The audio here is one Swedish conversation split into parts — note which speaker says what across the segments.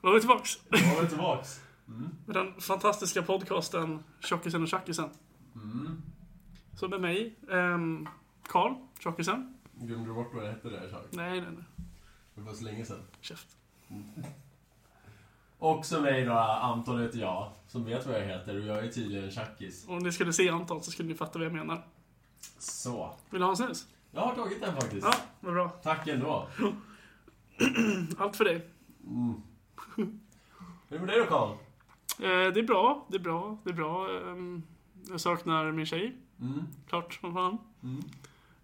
Speaker 1: var vi tillbaks.
Speaker 2: Då var vi tillbaks.
Speaker 1: Med den fantastiska podcasten Tjockisen och Tjackisen. Så med mig, ehm, Karl, Tjockisen.
Speaker 2: Glömde du bort vad det hette där ett tag?
Speaker 1: Nej, nej, nej.
Speaker 2: Det var så länge sedan.
Speaker 1: Käft.
Speaker 2: Och så mig då, Anton heter jag, som vet vad jag heter och jag är tydligen tjackis.
Speaker 1: Om ni skulle se Anton så skulle ni fatta vad jag menar.
Speaker 2: Så.
Speaker 1: Vill du ha en snus?
Speaker 2: Jag har tagit den faktiskt.
Speaker 1: Ja, vad bra.
Speaker 2: Tack ändå.
Speaker 1: Allt för dig.
Speaker 2: Hur är det med dig då Karl?
Speaker 1: Eh, det är bra, det är bra, det är bra. Ehm, jag saknar min tjej,
Speaker 2: Mm.
Speaker 1: klart som fan.
Speaker 2: Mm.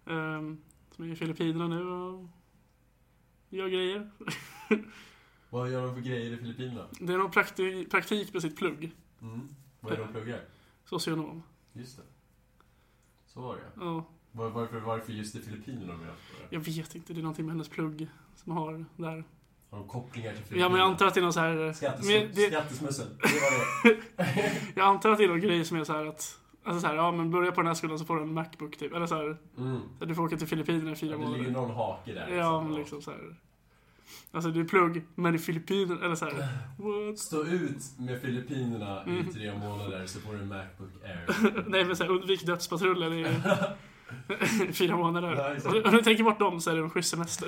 Speaker 1: Ehm, som är i Filippinerna nu och gör grejer.
Speaker 2: Vad gör de för grejer i Filippinerna?
Speaker 1: Det är någon prakti- praktik med sitt plugg.
Speaker 2: Mm. Vad är det de pluggar?
Speaker 1: Socionom.
Speaker 2: Just det. Så var det ja.
Speaker 1: Ja,
Speaker 2: Var- Varför, varför just i Filippinerna om jag förstår det?
Speaker 1: jag vet inte, det är någonting med hennes plugg som har där.
Speaker 2: Har de kopplingar till Filippinerna?
Speaker 1: Ja, men jag antar att det är någon så här... men
Speaker 2: Skattesmuts-
Speaker 1: det,
Speaker 2: Skattesmussel. Det var det.
Speaker 1: jag antar att det är någon grej som är så här att... Alltså så här, ja men börja på den här skolan så får du en Macbook typ. Eller så här,
Speaker 2: Mm.
Speaker 1: du får åka till Filippinerna i fyra
Speaker 2: Ja, det ligger
Speaker 1: månader.
Speaker 2: någon hake där.
Speaker 1: Ja, men liksom så här. Alltså det är plugg, men i Filippinerna, eller så här. What?
Speaker 2: Stå ut med Filippinerna
Speaker 1: Mm.
Speaker 2: i tre månader så får du en Macbook Air.
Speaker 1: Nej men så här, undvik dödspatrullen i i fyra
Speaker 2: Ja,
Speaker 1: månader.
Speaker 2: exakt.
Speaker 1: Om du- Om du tänker bort dem så är det en schysst semester.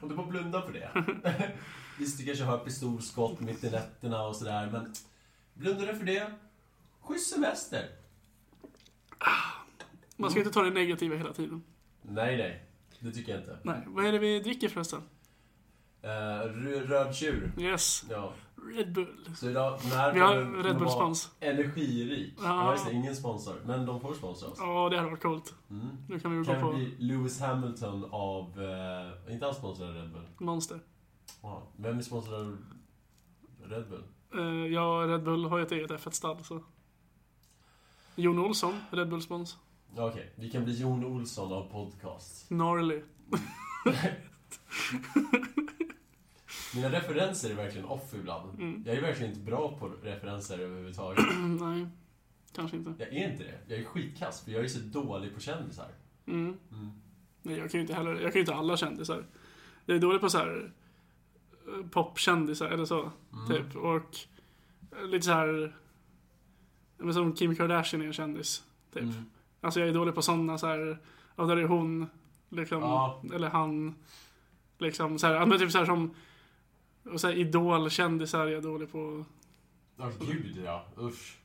Speaker 2: Om du bara blundar för det. Visst, du kanske hör pistolskott mitt i nätterna och sådär, men blundar du för det, schysst semester.
Speaker 1: Man ska inte ta det negativa hela tiden.
Speaker 2: Nej, nej. Det tycker jag inte.
Speaker 1: Nej, vad är det vi dricker förresten?
Speaker 2: Uh, röd tjur.
Speaker 1: Yes,
Speaker 2: Ja.
Speaker 1: Red Bull.
Speaker 2: Så idag, när
Speaker 1: Vi har
Speaker 2: kommer-
Speaker 1: Red
Speaker 2: kommer vara
Speaker 1: Bull-spons.
Speaker 2: Energirik.
Speaker 1: Ja.
Speaker 2: Ja, just det. Ingen sponsor. Men de får sponsra oss.
Speaker 1: Ja, det hade varit coolt.
Speaker 2: Mm.
Speaker 1: Nu kan vi gå
Speaker 2: Kan
Speaker 1: på
Speaker 2: vi bli Lewis Hamilton av... eh, inte alls sponsrad av Red Bull.
Speaker 1: Monster.
Speaker 2: Ja, Vem är sponsrad av Red Bull?
Speaker 1: Uh, ja, Red Bull har ju ett eget F1-stall så... Jon Olsson, Red Bull-spons.
Speaker 2: Ja, Okej, vi kan bli Jon Olsson av podcast.
Speaker 1: Gnarly.
Speaker 2: Mina referenser är verkligen off ibland. Jag är verkligen inte bra på referenser överhuvudtaget.
Speaker 1: Mm, nej, kanske inte.
Speaker 2: Jag är inte det. Jag är skitkass, för jag är så dålig på kändisar.
Speaker 1: Mm.
Speaker 2: Mm.
Speaker 1: Nej, jag kan ju inte heller... Jag kan ju inte alla kändisar. Jag är dålig på så här eh, popkändisar eller
Speaker 2: Mm.
Speaker 1: så, typ. Och eh, lite så här... eh, Men som Kim Kardashian är en kändis, typ.
Speaker 2: Mm.
Speaker 1: Alltså jag är dålig på sådana så här, ja där är hon, liksom,
Speaker 2: Ja.
Speaker 1: eller han. Liksom så här, ja, men typ så här som, och så här idolkändisar är jag dålig på.
Speaker 2: Ja, Alltså, gud ja. Usch.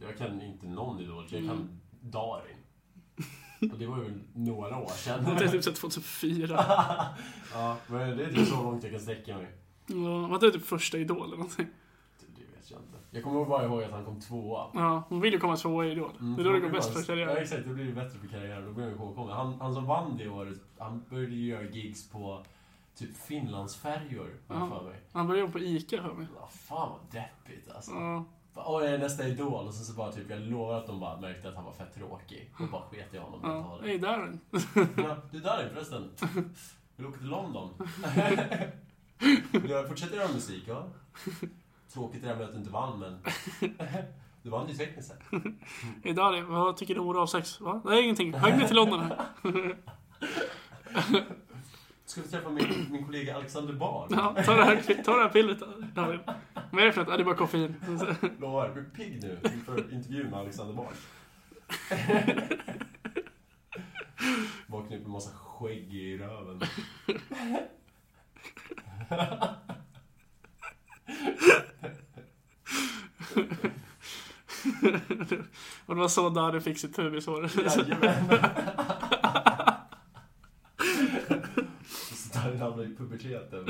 Speaker 2: Jag kan inte någon idol. Jag kan
Speaker 1: Mm.
Speaker 2: Darin. Och det var ju några år
Speaker 1: Det är
Speaker 2: sedan.
Speaker 1: typ så här 2004.
Speaker 2: ja, men det är typ så långt jag kan sträcka mig.
Speaker 1: Ja, var det typ första idol eller någonting?
Speaker 2: Det vet jag inte. Jag kommer bara ihåg att han kom tvåa.
Speaker 1: Ja, hon vill ju komma tvåa i idol. det är då det går
Speaker 2: blir
Speaker 1: bäst
Speaker 2: Mm, bara-
Speaker 1: för
Speaker 2: Ja
Speaker 1: karriären.
Speaker 2: exakt, då blir det bättre för karriären. Då blir jag ihågkommen. Han, han som vann det året, han började ju göra gigs på typ Finlandsfärjor, har jag
Speaker 1: Ja.
Speaker 2: för mig.
Speaker 1: Han började jobba på ICA för mig.
Speaker 2: Ja, fan vad deppigt alltså.
Speaker 1: Ja,
Speaker 2: Bara, Åh, jag är nästa Idol. Och sen så bara typ, jag lovar att de bara märkte att han var fett tråkig. Och bara sket i honom. och
Speaker 1: ja.
Speaker 2: inte
Speaker 1: Hej
Speaker 2: det.
Speaker 1: Darren.
Speaker 2: Ja, du där är förresten. Vill du åka till London? Jag fortsätter göra musik, ja. Tråkigt det där med att du inte vann, men... Du vann ju tekniskt sett.
Speaker 1: Hej Darren, vad tycker du om oral sex? Va? Nej, ingenting. Häng med till London här.
Speaker 2: Ska vi träffa min, min kollega Alexander Bard?
Speaker 1: Ja, ta det här, ta det här pillret Darren. Vad är det för något? Ja, det är bara koffein.
Speaker 2: Lovar, jag blir pigg nu inför intervjun med Alexander Bard. Vaknar upp med massa skägg i röven.
Speaker 1: Och det var så Darren fick sitt pubishår.
Speaker 2: Jajamän. Stalin hamnade i puberteten.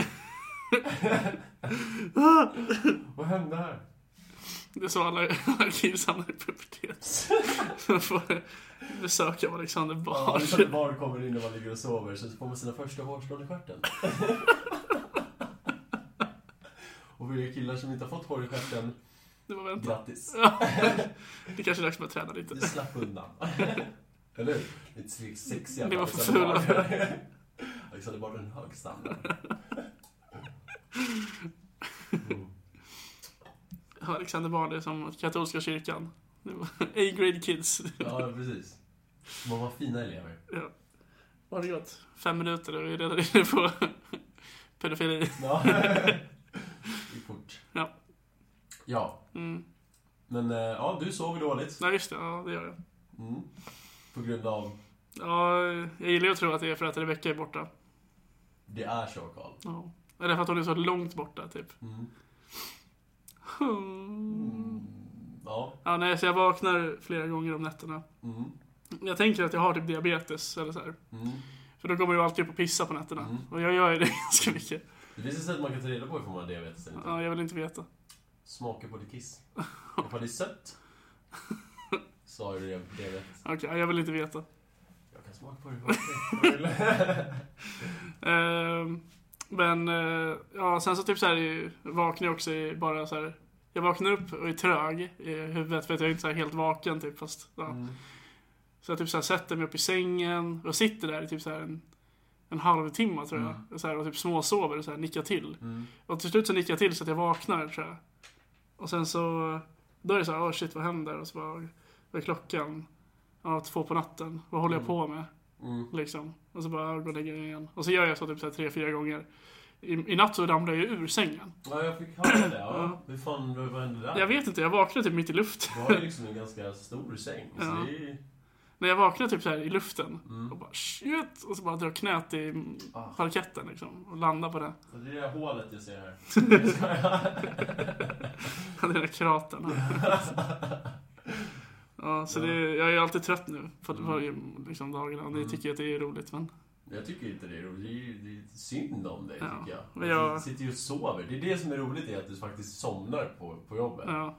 Speaker 2: Vad hände här?
Speaker 1: Det är så alla arkiv samlar i pubertet. Så får besök av Alexander
Speaker 2: Ja,
Speaker 1: Bard.
Speaker 2: Alexander Bard kommer in när man ligger och sover, så får man sina första hårstrån i stjärten. Och för er killar som inte har fått hår i stjärten,
Speaker 1: Det var väntat.
Speaker 2: grattis.
Speaker 1: Det kanske är dags att börja träna lite.
Speaker 2: Ni slapp undan. Eller hur? Lite se- sexiga
Speaker 1: Ni var för
Speaker 2: Alexander Bard. Alexander Bard har en hög standard.
Speaker 1: Mm. Ja, Alexander Bard är som katolska kyrkan. Det var A-grade kids.
Speaker 2: Ja, precis. Man var fina elever.
Speaker 1: Ja. Vad har det gått? Fem minuter och vi är redan inne på pedofili.
Speaker 2: Ja. I kort.
Speaker 1: Ja.
Speaker 2: Ja.
Speaker 1: Mm.
Speaker 2: Men eh, ja, du sover dåligt.
Speaker 1: Nej, just det. Ja, det gör jag.
Speaker 2: Mm. På grund av...
Speaker 1: Ja, jag gillar ju att tro att det är för att Rebecca är borta.
Speaker 2: Det är så, Karl.
Speaker 1: Ja. Eller för att hon är så långt borta, typ.
Speaker 2: Mm.
Speaker 1: Hmm.
Speaker 2: Ja.
Speaker 1: Ja, nej, så jag vaknar flera gånger om nätterna.
Speaker 2: Mm.
Speaker 1: Jag tänker att jag har typ diabetes, eller så här.
Speaker 2: Mm.
Speaker 1: För då går man ju alltid upp och pissar på nätterna.
Speaker 2: Mm.
Speaker 1: Och jag gör ju det ganska mycket.
Speaker 2: Det finns ett sätt man kan ta reda på ifall man har diabetes eller inte.
Speaker 1: Ja, jag vill inte veta.
Speaker 2: Smaka på ditt kiss. Ifall det är sött, så har du diabetes.
Speaker 1: Okej, jag vill inte veta.
Speaker 2: Jag kan smaka på det ifall jag vill.
Speaker 1: Ehm, men, eh, ja, sen så typ så här i- vaknar jag också i bara så här. Jag vaknar upp och är trög i huvudet för att jag är inte så här helt vaken typ. Fast, ja.
Speaker 2: Mm.
Speaker 1: Så jag typ så här sätter mig upp i sängen och sitter där i typ så här en, en halvtimme tror jag.
Speaker 2: Mm.
Speaker 1: Och, så här, och typ småsover och så här nickar till.
Speaker 2: Mm.
Speaker 1: Och till slut så nickar jag till så att jag vaknar tror jag. Och sen så, då är det så här, åh shit vad händer? Och så bara, vad är klockan? Ja, två på natten. Vad håller jag
Speaker 2: Mm.
Speaker 1: på med?
Speaker 2: Mm.
Speaker 1: Liksom. Och så bara, jag går och lägger mig igen. Och så gör jag så typ så här tre, fyra gånger. I, I natt så ramlade jag ju ur sängen.
Speaker 2: Ja, jag fick höra det.
Speaker 1: Ja.
Speaker 2: Ja. Hur fan, vad vad hände där?
Speaker 1: Jag vet inte, jag vaknade typ mitt i luft.
Speaker 2: Du har ju liksom en ganska stor säng. Så
Speaker 1: Ja.
Speaker 2: det är ju...
Speaker 1: När jag vaknade typ så här i luften.
Speaker 2: Mm.
Speaker 1: Och bara shit! Och så bara drar knät i
Speaker 2: Ah.
Speaker 1: parketten liksom. Och landar på det.
Speaker 2: Så Det är det där hålet jag ser här. Jag skojar.
Speaker 1: Den där kratern. Ja, så det, jag är alltid trött nu på
Speaker 2: Mm.
Speaker 1: varje liksom, dagarna. Ni
Speaker 2: Mm.
Speaker 1: tycker att det är roligt, men...
Speaker 2: Jag tycker inte det är roligt. Det är, ju- det är synd om dig,
Speaker 1: Ja,
Speaker 2: tycker jag.
Speaker 1: men
Speaker 2: Du
Speaker 1: jag-
Speaker 2: sitter ju och sover. Det är det som är roligt, är att du faktiskt somnar på, på jobbet.
Speaker 1: Ja,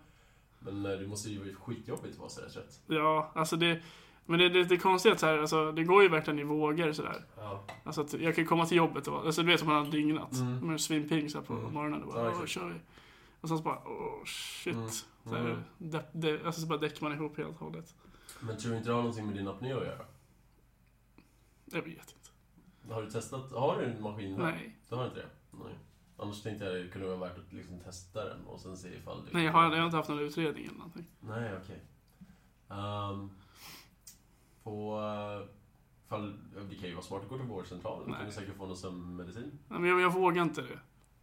Speaker 2: Men eh, det måste ju vara skitjobbigt att vara sådär trött.
Speaker 1: ja alltså det... Men det, det, det konstiga är att så här, alltså, det går ju verkligen i vågor sådär.
Speaker 2: Ja.
Speaker 1: Alltså att jag kan komma till jobbet och vara- alltså, du vet som man har dygnat.
Speaker 2: Mm.
Speaker 1: Man är svinpigg så här på
Speaker 2: Mm.
Speaker 1: morgonen och
Speaker 2: Ja,
Speaker 1: bara, åh,
Speaker 2: exakt.
Speaker 1: kör vi. Och sen så bara, åh shit.
Speaker 2: Mm.
Speaker 1: Så, här,
Speaker 2: Mm.
Speaker 1: det, det, alltså, så bara däckar man ihop helt och hållet.
Speaker 2: Men tror du inte det har någonting med din apné att göra?
Speaker 1: Jag vet inte.
Speaker 2: Har du testat? Har du en maskin? där?
Speaker 1: Nej.
Speaker 2: Du har inte det? Nej. Annars tänkte jag att det kunde vara värt att liksom testa den och sen se ifall du...
Speaker 1: Nej, jag har, jag har inte haft någon utredning eller någonting.
Speaker 2: Nej, okej. Ehm, på... eh, Fall, det kan ju vara smart att gå till vårdcentralen. Du
Speaker 1: Nej.
Speaker 2: kan ju säkert få någon sömnmedicin.
Speaker 1: Nej, men jag, jag vågar inte det. Då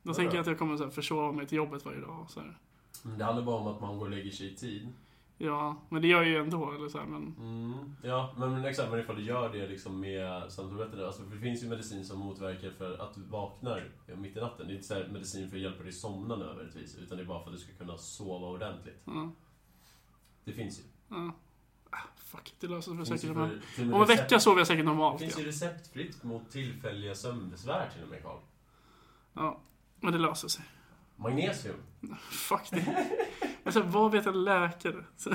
Speaker 2: Vadå?
Speaker 1: tänker jag att jag kommer så här, försova mig till jobbet varje dag. Så här.
Speaker 2: Men det handlar bara om att man går och lägger sig i tid.
Speaker 1: Ja, men det gör jag ju ändå. Eller så här, men
Speaker 2: Mm, ja, men, men exakt. Men ifall du gör det liksom med sömntabletterna. Alltså, för det finns ju medicin som motverkar för att du vaknar mitt i natten. Det är inte så här medicin för att hjälpa dig somna nödvändigtvis. Utan det är bara för att du ska kunna sova ordentligt.
Speaker 1: Ja,
Speaker 2: Det finns ju.
Speaker 1: ja. Ah, fuck, det löser sig
Speaker 2: Det
Speaker 1: säkert.
Speaker 2: ju
Speaker 1: Om,
Speaker 2: för- till och med
Speaker 1: om en
Speaker 2: recept-
Speaker 1: vecka sover jag säkert
Speaker 2: Det
Speaker 1: normalt
Speaker 2: finns ju
Speaker 1: igen.
Speaker 2: receptfritt mot tillfälliga sömnbesvär till och med, Carl.
Speaker 1: Ja, men det löser sig.
Speaker 2: Magnesium.
Speaker 1: Fuck det. Alltså, vad vet en läkare? Så,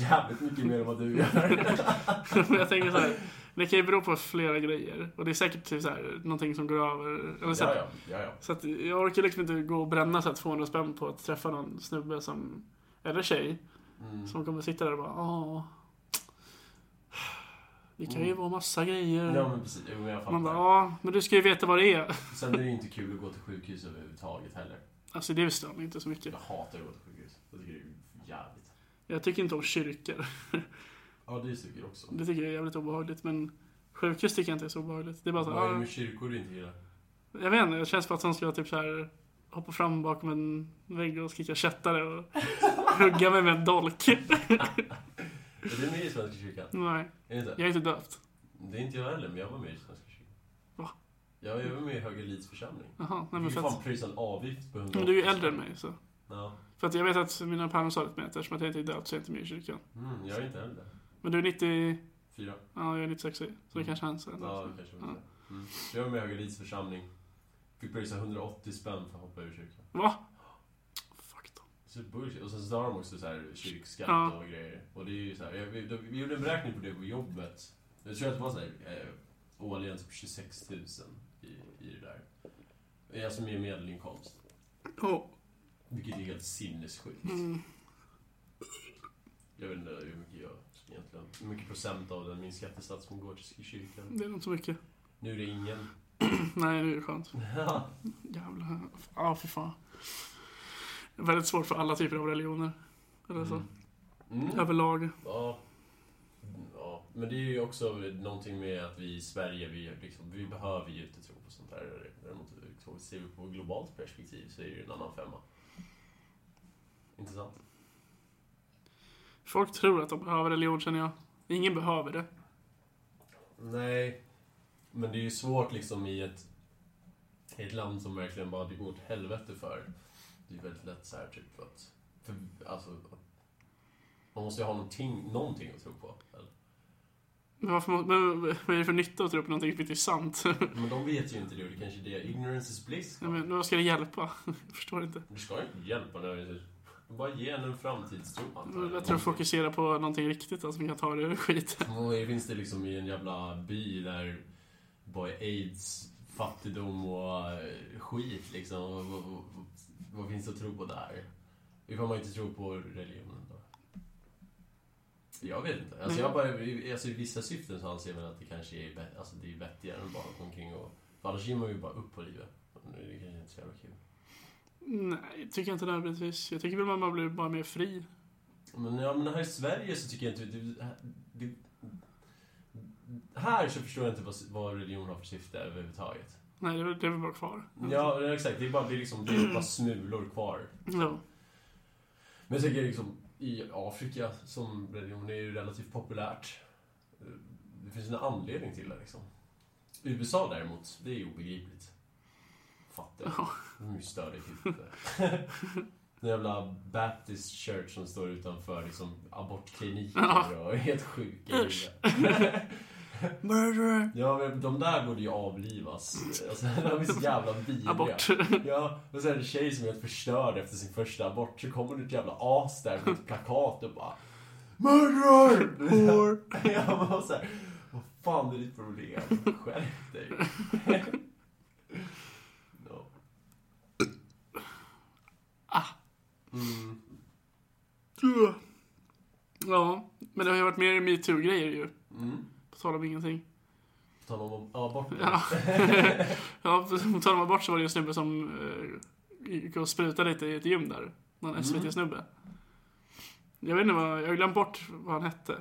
Speaker 2: Jävligt mycket mer än vad du gör.
Speaker 1: men jag tänker så här. Det kan ju bero på flera grejer. Och det är säkert typ så här, någonting som går över. Eller så,
Speaker 2: ja,
Speaker 1: här.
Speaker 2: ja, ja, ja.
Speaker 1: så att jag orkar liksom inte gå och bränna så här 200 spänn på att träffa någon snubbe som, eller tjej,
Speaker 2: Mm.
Speaker 1: som kommer sitta där och bara åh. Det kan ju
Speaker 2: Mm.
Speaker 1: vara massa grejer.
Speaker 2: Ja, men precis. Jo, men jag
Speaker 1: Man bara,
Speaker 2: fattar.
Speaker 1: ja, men du ska ju veta vad det är.
Speaker 2: Sen är det ju inte kul att gå till sjukhus överhuvudtaget heller.
Speaker 1: Alltså det stör mig inte så mycket.
Speaker 2: Jag hatar att gå till sjukhus. Jag tycker det är jävligt.
Speaker 1: Jag tycker inte om kyrkor.
Speaker 2: Ja, det suger också.
Speaker 1: Det tycker jag är jävligt obehagligt. Men sjukhus tycker jag inte är så obehagligt. Det är bara så
Speaker 2: Vad är det
Speaker 1: här,
Speaker 2: med kyrkor du inte gillar?
Speaker 1: ah, Jag vet inte, det känns bara att de ska typ så här hoppa fram bakom en vägg och kicka kättare och hugga mig med en dolk.
Speaker 2: Är du med i Svenska kyrkan?
Speaker 1: Nej,
Speaker 2: Är det inte?
Speaker 1: jag är inte döpt.
Speaker 2: Det är inte jag heller, men jag var med i Svenska kyrkan.
Speaker 1: Va?
Speaker 2: Ja, jag var med i Höga Lids församling.
Speaker 1: Jaha, nej
Speaker 2: Du
Speaker 1: men
Speaker 2: fick
Speaker 1: för
Speaker 2: ju
Speaker 1: att...
Speaker 2: fan pröjsa en avgift på 100
Speaker 1: Men du är ju äldre än mig så.
Speaker 2: Ja.
Speaker 1: För att jag vet att mina päron sa det med att eftersom att jag inte är döpt så är jag inte med i kyrkan.
Speaker 2: Mm, jag är inte äldre.
Speaker 1: Men du är 90...
Speaker 2: Fyra.
Speaker 1: Ja, jag är 96 så det
Speaker 2: Mm.
Speaker 1: kanske hans är.
Speaker 2: Ja, det kanske var det. Mm. Så jag var med i Höga Lids församling. Fick pröjsa 180 spänn för att hoppa ur kyrkan.
Speaker 1: Va? Fuck dem.
Speaker 2: Så bullshit. Och sen så har de också så här kyrkskatt
Speaker 1: Ja.
Speaker 2: och grejer. Och det är ju så här, jag, vi, då- vi gjorde en beräkning på det på jobbet. Jag tror att det var så här, eh, årligen typ 26 000 i, i det där. Alltså med medelinkomst.
Speaker 1: Oh.
Speaker 2: Vilket är helt sinnessjukt.
Speaker 1: Mm.
Speaker 2: Jag vet inte hur mycket jag egentligen... Hur mycket procent av den min skattesats som går till kyrkan.
Speaker 1: Det är nog inte så mycket.
Speaker 2: Nu är det ingen.
Speaker 1: Nej, nu är det skönt.
Speaker 2: Ja.
Speaker 1: Jävlar. Ja, fy fan. Det är väldigt svårt för alla typer av religioner. Eller så.
Speaker 2: Mm. Mm.
Speaker 1: Överlag.
Speaker 2: Ja. Mm, ja. Men det är ju också någonting med att vi i Sverige, vi, liksom, vi behöver ju inte tro på sånt där. Däremot liksom, ser vi på globalt perspektiv så är det ju en annan femma. Intressant.
Speaker 1: Folk tror att de behöver religion känner jag. Ingen behöver det.
Speaker 2: Nej, men det är ju svårt liksom i ett, i ett land som verkligen bara det går åt helvete för. Det är väldigt lätt så här typ att... För, alltså, man måste ju ha någonting, någonting att tro på. Eller?
Speaker 1: Men varför, må- men, vad är det för nytta att tro på någonting som inte är sant?
Speaker 2: Men de vet ju inte det och det kanske är det. Ignorance is bliss.
Speaker 1: Nej, men, vad ska det hjälpa? Jag förstår inte.
Speaker 2: Du ska ju inte hjälpa den. Bara ge henne en framtidstro. antar
Speaker 1: Det är bättre att fokusera på någonting riktigt alltså, som kan ta dig ur skiten.
Speaker 2: Och det finns det liksom i en jävla by där bara är aids, fattigdom och eh, skit liksom. Vad, vad, vad, vad finns det att tro på där? Ifall man inte tror på religionen då? Jag vet inte. Alltså, jag bara, i- alltså, I vissa syften så anser jag väl att det kanske är, vett- alltså, det är vettigare än bara att gå omkring och... För annars ger man ju bara upp på livet. Men Det kanske inte är så jävla kul.
Speaker 1: Nej, tycker jag inte nödvändigtvis. Jag tycker väl att man blir bara mer fri.
Speaker 2: Men, ja, men här i Sverige så tycker jag inte... Det, det, här så förstår jag inte vad, vad religion har för syfte överhuvudtaget.
Speaker 1: Nej, det är väl- det är väl bara kvar.
Speaker 2: Ja, det är exakt. Det är bara, det är liksom, det är bara smulor kvar.
Speaker 1: Ja.
Speaker 2: Men jag tycker liksom, i Afrika som religion är ju relativt populärt. Det finns en anledning till det liksom. USA däremot, det är ju obegripligt. Fattar jag. De är ju störda i huvudet. Den jävla Baptist Church som står utanför liksom, abortkliniker och är helt sjuka i
Speaker 1: Usch.
Speaker 2: huvudet.
Speaker 1: Murderer!
Speaker 2: Ja, men de där borde ju avlivas. Alltså, de är så jävla vidriga.
Speaker 1: Abort.
Speaker 2: Ja, och sen en tjej som är helt förstörd efter sin första abort. Så kommer det ett jävla as där med ett plakat och bara Murderer!
Speaker 1: Whore.
Speaker 2: Ja, man var såhär, vad fan det är ditt problem? Skärp dig. no.
Speaker 1: Ah.
Speaker 2: Mm.
Speaker 1: Ja, men det har ju varit mer metoo-grejer ju.
Speaker 2: Mm.
Speaker 1: På tal om ingenting.
Speaker 2: På tal om abort.
Speaker 1: Ja. ja, på tal om abort så var det ju en snubbe som eh, gick och sprutade lite i ett gym där. Någon SVT-snubbe. Jag vet inte vad, jag har glömt bort vad han hette.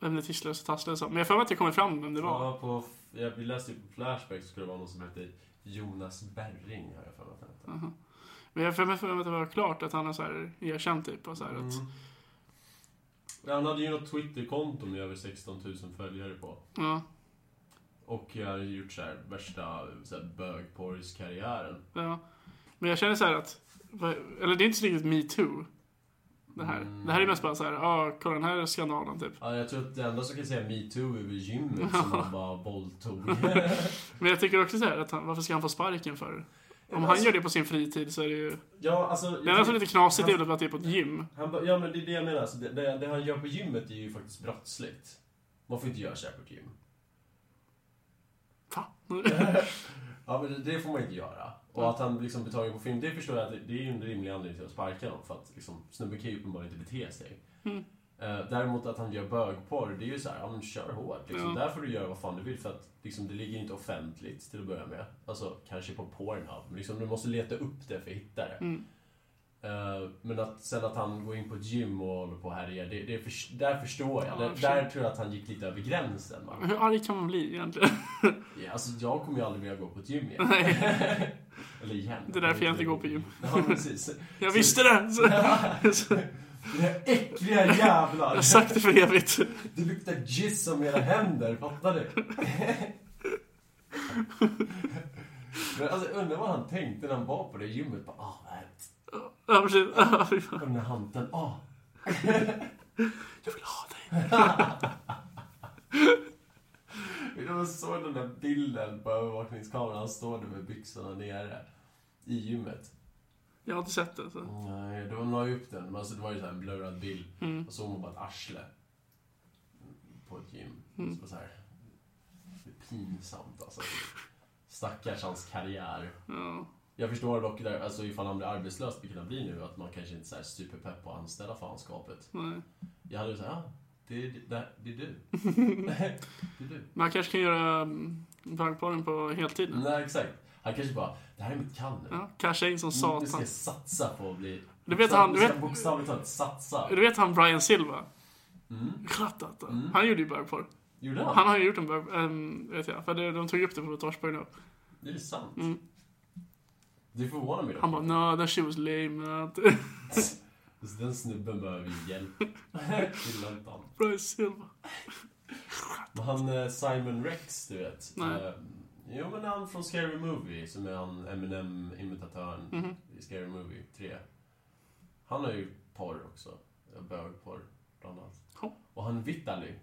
Speaker 1: Vem det tisslades och tasslades som. Men jag har för mig att jag kommer fram vem det var.
Speaker 2: Ja, på, jag, vi läste ju på Flashback så skulle det vara någon som hette Jonas Berring, har jag för mig att han hette.
Speaker 1: Aha. Men jag har för mig för mig att det var klart att han har så här erkänt typ. Och så här att,
Speaker 2: Mm. Ja, Han hade ju något Twitterkonto med över 16 000 följare på.
Speaker 1: ja,
Speaker 2: Och jag hade gjort så här värsta så här bögporrskarriären.
Speaker 1: ja. Men jag känner så här att, vad- eller det är inte så riktigt metoo. Det här.
Speaker 2: Mm.
Speaker 1: Det här är mest bara så här, ja, kolla den här skandalen typ.
Speaker 2: Ja, jag tror att det enda som kan säga metoo är väl gymmet som han bara våldtog.
Speaker 1: Men jag tycker också så här att han, varför ska han få sparken för? Om han
Speaker 2: Alltså-
Speaker 1: gör det på sin fritid så är det ju...
Speaker 2: ja, alltså...
Speaker 1: Det är alltså lite knasigt är väl att det är på ett gym.
Speaker 2: Han, bara- ja, men det är det jag menar. Alltså, det, det, det han gör på gymmet är ju faktiskt brottsligt. Man får inte göra så här på ett gym.
Speaker 1: Fan.
Speaker 2: Ja, men det, det får man inte göra. Och att han liksom blir tagen på film, det förstår jag att det, det är ju en rimlig anledning till att sparka honom. För att liksom, snubben kan ju uppenbarligen inte bete sig.
Speaker 1: Mm.
Speaker 2: Eh, däremot att han gör bögporr, det är ju så här, ja men kör hårt. Liksom.
Speaker 1: Ja.
Speaker 2: Där får du göra vad fan du vill för att liksom, det ligger inte offentligt till att börja med. Alltså kanske på Pornhub, men liksom, du måste leta upp det för att hitta det.
Speaker 1: Mm.
Speaker 2: Eh, men att, sen att han går in på ett gym och håller på och härjar, det, det förs- där förstår jag.
Speaker 1: Ja, Mm.
Speaker 2: där,
Speaker 1: för-
Speaker 2: där tror jag att han gick lite över gränsen. Va?
Speaker 1: Hur arg kan man bli egentligen?
Speaker 2: Ja, alltså, jag kommer ju aldrig vilja gå på ett gym igen. Eller igen.
Speaker 1: Det är därför jag inte går på gym.
Speaker 2: Ja, men precis.
Speaker 1: Jag visste det! Så,
Speaker 2: Det där äckliga
Speaker 1: jag
Speaker 2: jävlar!
Speaker 1: har sagt det för evigt.
Speaker 2: Det luktar giss om era händer, fattar du? Men alltså, undrar vad han tänkte när han var på det gymmet. Bara, ah, vad härligt.
Speaker 1: Ja, precis. Ja, fy fan.
Speaker 2: Kom med handen. Ah.
Speaker 1: Jag vill ha dig.
Speaker 2: Jag såg den där bilden på övervakningskameran. Han står där med byxorna nere i gymmet.
Speaker 1: Jag har inte sett det. Så.
Speaker 2: Nej, då la jag upp den. Men alltså, det var ju så här en blurrad bild.
Speaker 1: Mm.
Speaker 2: Och så såg man bara ett arsle. På ett gym.
Speaker 1: Mm.
Speaker 2: Så, så här. Det är pinsamt alltså. Stackars hans karriär.
Speaker 1: Ja.
Speaker 2: Jag förstår dock, där, alltså ifall han blir arbetslös, vilket han blir nu, att man kanske inte är så här superpepp på att anställa fanskapet.
Speaker 1: Nej.
Speaker 2: Jag hade ju såhär, ah, det, är- det, det är du. det är du.
Speaker 1: Man kanske kan göra mm, bankporren på heltid nu.
Speaker 2: Nej, exakt. Han kanske bara, det här är mitt kall nu.
Speaker 1: Ja, casha in som
Speaker 2: Nu ska
Speaker 1: satan.
Speaker 2: jag satsa på att bli...
Speaker 1: Du vet han-
Speaker 2: Nu ska jag
Speaker 1: du vet-
Speaker 2: bokstavligt talat satsa.
Speaker 1: Du vet han Brian Silva?
Speaker 2: Mm.
Speaker 1: Ratata.
Speaker 2: Mm.
Speaker 1: Han gjorde ju bögporr.
Speaker 2: Gjorde han?
Speaker 1: Han har ju gjort en bög... ehm, vet jag. För det, de tog upp det på Torsborg nu.
Speaker 2: Det är sant.
Speaker 1: Mm.
Speaker 2: Det förvånar mig
Speaker 1: Han
Speaker 2: dock.
Speaker 1: bara no, that shit was lame. Not
Speaker 2: Så Den snubben behöver ju hjälp. Killar inte han.
Speaker 1: Brian Silva.
Speaker 2: Men Han eh, Simon Rex, du vet.
Speaker 1: Nej.
Speaker 2: Eh, Jo, men han från Scary Movie, som är han Eminem-imitatören
Speaker 1: Mhm.
Speaker 2: i Scary Movie 3. Han har ju porr också. Eh, Bögporr, bland annat.
Speaker 1: Ja.
Speaker 2: Och han Vitali.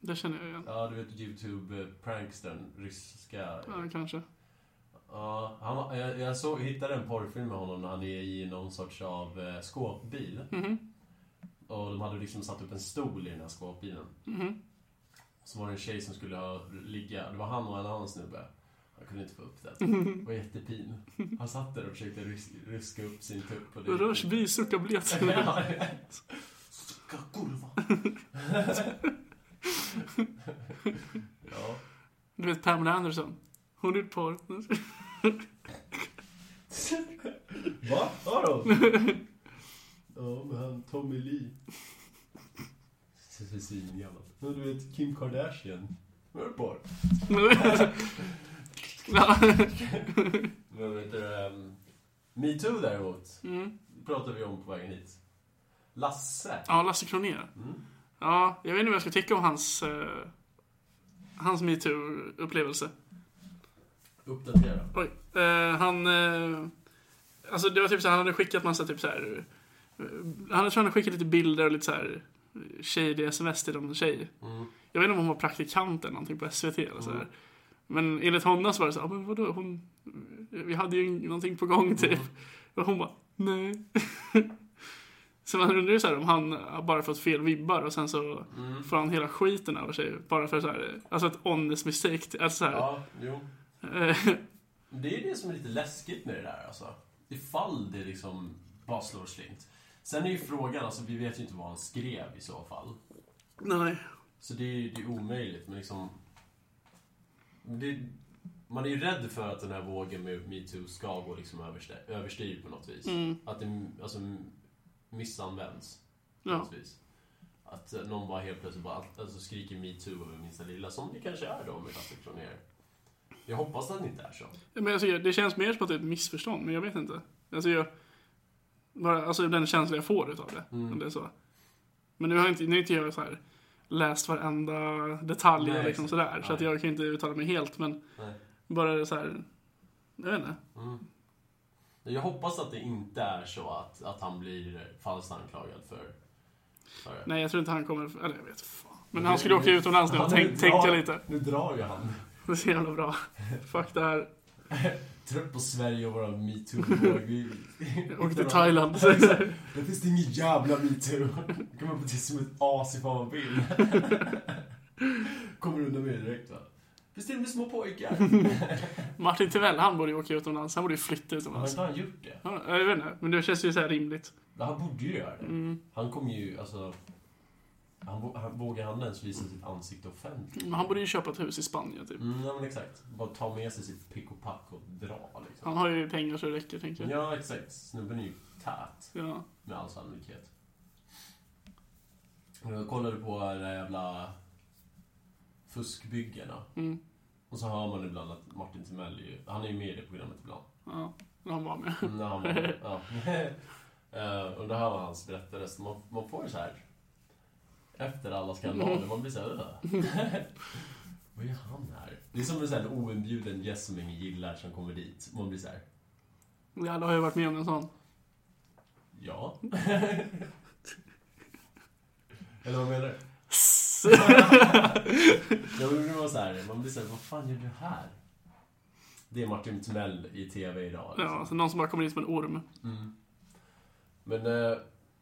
Speaker 1: Det känner jag igen.
Speaker 2: Ja, du vet YouTube-prankstern, ryska.
Speaker 1: Ja, kanske.
Speaker 2: Ja, han, jag, jag såg, hittade en porrfilm med honom när han är i någon sorts av eh, skåpbil.
Speaker 1: Mhm.
Speaker 2: Och de hade liksom satt upp en stol i den här skåpbilen.
Speaker 1: Mhm.
Speaker 2: Så var det en tjej som skulle ha, ligga. Det var han och en annan snubbe. Han kunde inte få upp den. Det var jättepin. Han satt där och försökte rys- ruska upp sin tupp. och det-
Speaker 1: Rörsby suckar blöt.
Speaker 2: Ja. Sucka kurva. ja.
Speaker 1: Du vet Pamela Anderson. Hon gjorde porr.
Speaker 2: Va? Har hon? ja, men han Tommy Lee. Svingammal. Men du vet Kim Kardashian. Var det porr?
Speaker 1: Ja.
Speaker 2: Men vet du, ehm, metoo däremot
Speaker 1: Mm.
Speaker 2: pratar vi om på vägen hit. Lasse.
Speaker 1: Ja, Lasse Kronér.
Speaker 2: Mm.
Speaker 1: Ja, jag vet inte vad jag ska tycka om hans... Eh, hans metoo-upplevelse.
Speaker 2: Uppdatera.
Speaker 1: Oj. Eh, han... Eh, alltså det var typ så här, han hade skickat massa typ så här... eh, Han jag tror han hade skickat lite bilder och lite så här eh, shady sms till någon tjej.
Speaker 2: Mm.
Speaker 1: Jag vet inte om hon var praktikant eller någonting på SVT eller så här.
Speaker 2: Mm.
Speaker 1: Men enligt honom så var det så här, "Ah, men vadå, hon... Vi hade ju någonting på gång typ.
Speaker 2: Mm.
Speaker 1: Och hon bara, nej. så man undrar ju så här om han har bara fått fel vibbar och sen så
Speaker 2: Mm.
Speaker 1: får han hela skiten över sig. Bara för så här, alltså ett honest mistake. Alltså så här,
Speaker 2: Ja, jo.
Speaker 1: eh,
Speaker 2: Det är det som är lite läskigt med det där alltså. Ifall det liksom bara slår slint. Sen är ju frågan, alltså vi vet ju inte vad han skrev i så fall.
Speaker 1: nej.
Speaker 2: Så det är ju det är omöjligt, men liksom... Det, man är ju rädd för att den här vågen med metoo ska gå liksom överste- överstyr på något vis.
Speaker 1: Mm.
Speaker 2: Att det alltså, missanvänds. På
Speaker 1: Ja.
Speaker 2: något vis. Att eh, någon bara helt plötsligt bara, alltså, skriker metoo över minsta lilla, som det kanske är då med Lasse Kronér. Jag hoppas att det inte är så.
Speaker 1: Men jag tycker, det känns mer som att det är ett missförstånd, men jag vet inte. Alltså, jag, bara, alltså den känsla jag får utav det.
Speaker 2: Mm.
Speaker 1: Om det är så. Men nu har inte, nu har inte jag så här läst varenda detalj
Speaker 2: Nej,
Speaker 1: och liksom
Speaker 2: exakt.
Speaker 1: sådär. Så att
Speaker 2: Nej.
Speaker 1: jag kan inte uttala mig helt, men
Speaker 2: Nej.
Speaker 1: bara så här. Jag vet inte.
Speaker 2: Mm. Jag hoppas att det inte är så att, att han blir falskt anklagad för, för det.
Speaker 1: Nej, jag tror inte han kommer... Eller jag vet fan. Men
Speaker 2: Nu-
Speaker 1: han skulle åka
Speaker 2: nu-
Speaker 1: utomlands nu och
Speaker 2: Ja, nu
Speaker 1: tänk, tänka
Speaker 2: drar-
Speaker 1: lite.
Speaker 2: Nu drar ju han.
Speaker 1: Det är så jävla bra. Fuck det här.
Speaker 2: Trött på Sverige och våra metoo-våg. Vi-
Speaker 1: Åka till Thailand.
Speaker 2: Där finns det ingen jävla metoo. Då kommer man precis som ett as i fan man vill. Kommer undan med det direkt va? Finns det med små pojkar?
Speaker 1: Martin Tivell, han borde ju åka utomlands. Han borde ju flytta
Speaker 2: Har
Speaker 1: utomlands.
Speaker 2: inte han gjort det?
Speaker 1: Ja, jag vet inte, men det känns ju så här rimligt.
Speaker 2: Han borde ju göra det.
Speaker 1: Mm.
Speaker 2: Han kommer ju, alltså... Han, vå- han, vågar han ens visa sitt ansikte offentligt?
Speaker 1: Men han borde ju köpa ett hus i Spanien, typ.
Speaker 2: Mm, ja, men exakt. Bara ta med sig sitt pick och pack och dra liksom.
Speaker 1: Han har ju pengar så det räcker, tänker jag.
Speaker 2: Ja, exakt. Snubben är ju tät.
Speaker 1: Ja.
Speaker 2: Med all sannolikhet. Jag kollade på de där jävla fuskbyggena.
Speaker 1: Mm.
Speaker 2: Och så hör man ibland att Martin Timell är ju, han är ju med i det programmet ibland.
Speaker 1: Ja. När han var med.
Speaker 2: När han var, ja. Eh, och det här var hans berättelse. Man, man får ju så här efter alla skandaler, man blir såhär Vad gör han här? Det är som en sån här oinbjuden gäst som ingen gillar som kommer dit. Man blir såhär,
Speaker 1: Vi alla har ju varit med om en sån.
Speaker 2: ja. Eller vad menar du? Jag blir bara så här, man blir såhär, vad fan gör du här? Det är Martin Timell i TV idag. liksom.
Speaker 1: Ja, så någon som bara kommer in som en orm.
Speaker 2: Mm. Men eh,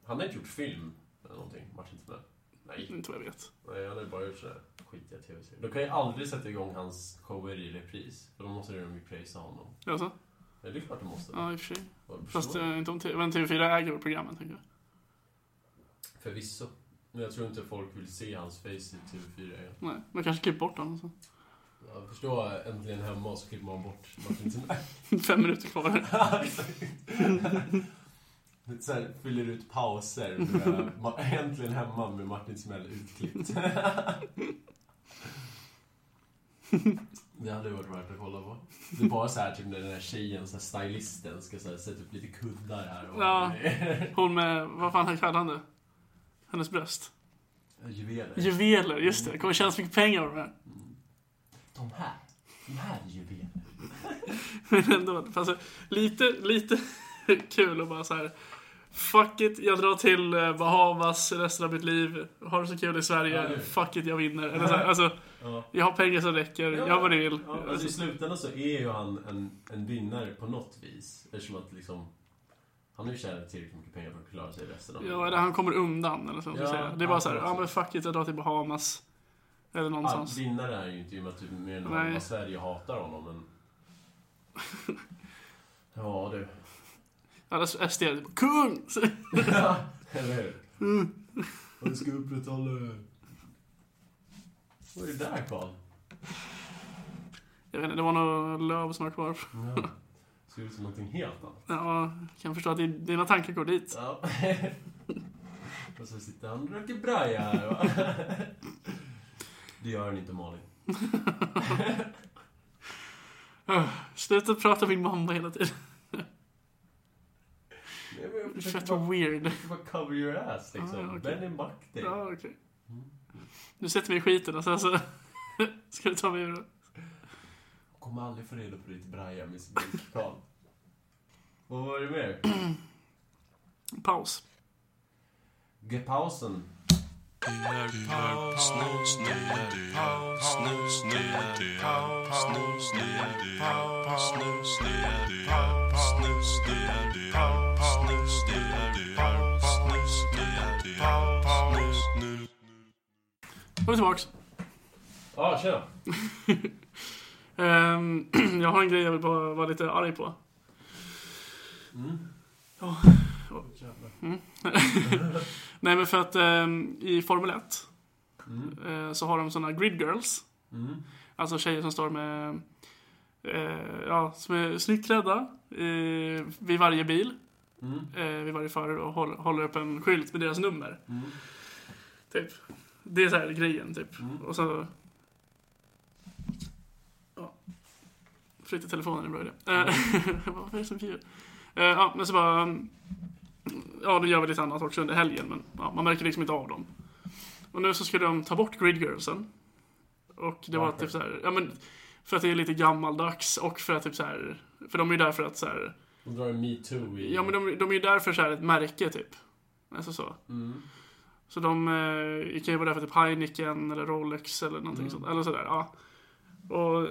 Speaker 2: han har inte gjort film eller någonting, Martin Timell. Nej,
Speaker 1: Inte vad jag vet.
Speaker 2: nej han har ju bara gjort sådär skitiga TV-serier. De kan ju aldrig sätta igång hans shower i repris, för då måste de ju prisa honom.
Speaker 1: Alltså?
Speaker 2: Ja, det är klart de måste.
Speaker 1: Ja, i och för sig.
Speaker 2: Vad du
Speaker 1: Mm. Fast
Speaker 2: förstår.
Speaker 1: eh, inte om TV, men TV4 äger väl programmen, tänker jag.
Speaker 2: Förvisso. Men jag tror inte folk vill se hans face i TV4 igen.
Speaker 1: Nej, men kanske klipp bort den. Alltså.
Speaker 2: Jag förstår, äntligen hemma och så klipper man bort Martin Timell.
Speaker 1: Fem minuter kvar.
Speaker 2: Ja, exakt. Lite så här, fyller ut pauser. Med, ma- äntligen hemma med Martin Smell utklippt. Det hade ju varit värt att kolla på. Det är bara så här, typ när den här tjejen, så här stylisten, ska så här, sätta upp lite kuddar här och
Speaker 1: Ja. Hon med, vad fan han kallade han det? Hennes bröst.
Speaker 2: juveler.
Speaker 1: Juveler, just det. Det kommer tjäna så mycket pengar av de här.
Speaker 2: de här, de här är juveler.
Speaker 1: Men ändå, alltså, lite, lite kul och bara så här. Fuck it, jag drar till eh, Bahamas resten av mitt liv. Har det så kul i
Speaker 2: Ja,
Speaker 1: Sverige.
Speaker 2: det är det.
Speaker 1: Fuck it, jag vinner. Eller så här, alltså,
Speaker 2: Ja.
Speaker 1: jag har pengar som räcker. Jag har vad du vill.
Speaker 2: Ja, alltså, I
Speaker 1: Alltså,
Speaker 2: slutändan så är ju han en, en vinnare på något vis. Eftersom att liksom, han har ju tjänat tillräckligt mycket pengar för att klara sig resten av
Speaker 1: ja, eller han kommer undan eller så.
Speaker 2: Ja,
Speaker 1: Ja, säga. Det är bara så här,
Speaker 2: absolut.
Speaker 1: ja men fuck it, jag drar till Bahamas. Eller
Speaker 2: Ah,
Speaker 1: någonstans.
Speaker 2: vinnare är ju inte i och med att typ mer än
Speaker 1: Nej.
Speaker 2: halva Sverige hatar honom, men... Ja, du.
Speaker 1: Alla SD är typ, kung! Så-
Speaker 2: Eller hur?
Speaker 1: Mm.
Speaker 2: Han ska upprätthålla... Vad är det där, Karl?
Speaker 1: Jag vet inte, det var nog löv som var kvar.
Speaker 2: Ja. Ser ut som någonting helt annat.
Speaker 1: Ja, kan förstå att din- dina tankar går dit.
Speaker 2: Ja. Och så sitter han och röker braja här, va? Det gör han inte, Malin.
Speaker 1: Sluta prata om min mamma hela tiden.
Speaker 2: Nej, men jag
Speaker 1: Det är
Speaker 2: försöker
Speaker 1: fett
Speaker 2: bara,
Speaker 1: weird.
Speaker 2: försöker bara cover your ass, liksom.
Speaker 1: Ah, okej.
Speaker 2: Den är maktig.
Speaker 1: Ja, okej.
Speaker 2: Mm.
Speaker 1: Du sätter mig i skiten och sen så ska du ta mig ur det.
Speaker 2: Jag kommer aldrig få reda på ditt braja missbruk, Karl. Vad var det mer?
Speaker 1: Paus.
Speaker 2: Gepausen.
Speaker 1: Då är vi tillbaks.
Speaker 2: Ja, ah, tjena.
Speaker 1: Ehm, jag har en grej jag vill bara vara lite arg på.
Speaker 2: Mm.
Speaker 1: Ja.
Speaker 2: Jävlar.
Speaker 1: Nej men för att ehm, i Formel 1
Speaker 2: Mm.
Speaker 1: eh, så har de såna grid girls.
Speaker 2: Mm.
Speaker 1: Alltså tjejer som står med... Eh, ja, som är snyggt klädda eh, vid varje bil.
Speaker 2: Mm.
Speaker 1: Eh, vid varje förare och håller, håller upp en skylt med deras nummer.
Speaker 2: Mm.
Speaker 1: Typ. Det är så här grejen typ.
Speaker 2: Mm.
Speaker 1: Och så... Ja. Flytta telefonen är en bra idé. Eh, Vad är det som fjär? Eh, Ja, men så bara... mm, Ja, då gör vi lite annat också under helgen, men ja, man märker liksom inte av dem. Och nu så skulle de ta bort Grid Girlsen. Och det var
Speaker 2: Varför?
Speaker 1: typ så här, ja men... För att det är lite gammaldags och för att typ så här, För de är ju där för att så här,
Speaker 2: De drar en metoo i...
Speaker 1: Ja men de, de är ju där för så här ett märke typ. Alltså så.
Speaker 2: Mm.
Speaker 1: Så de eh, kan ju vara där för typ Heineken eller Rolex eller någonting
Speaker 2: Mm.
Speaker 1: sånt. Eller sådär, ja. Och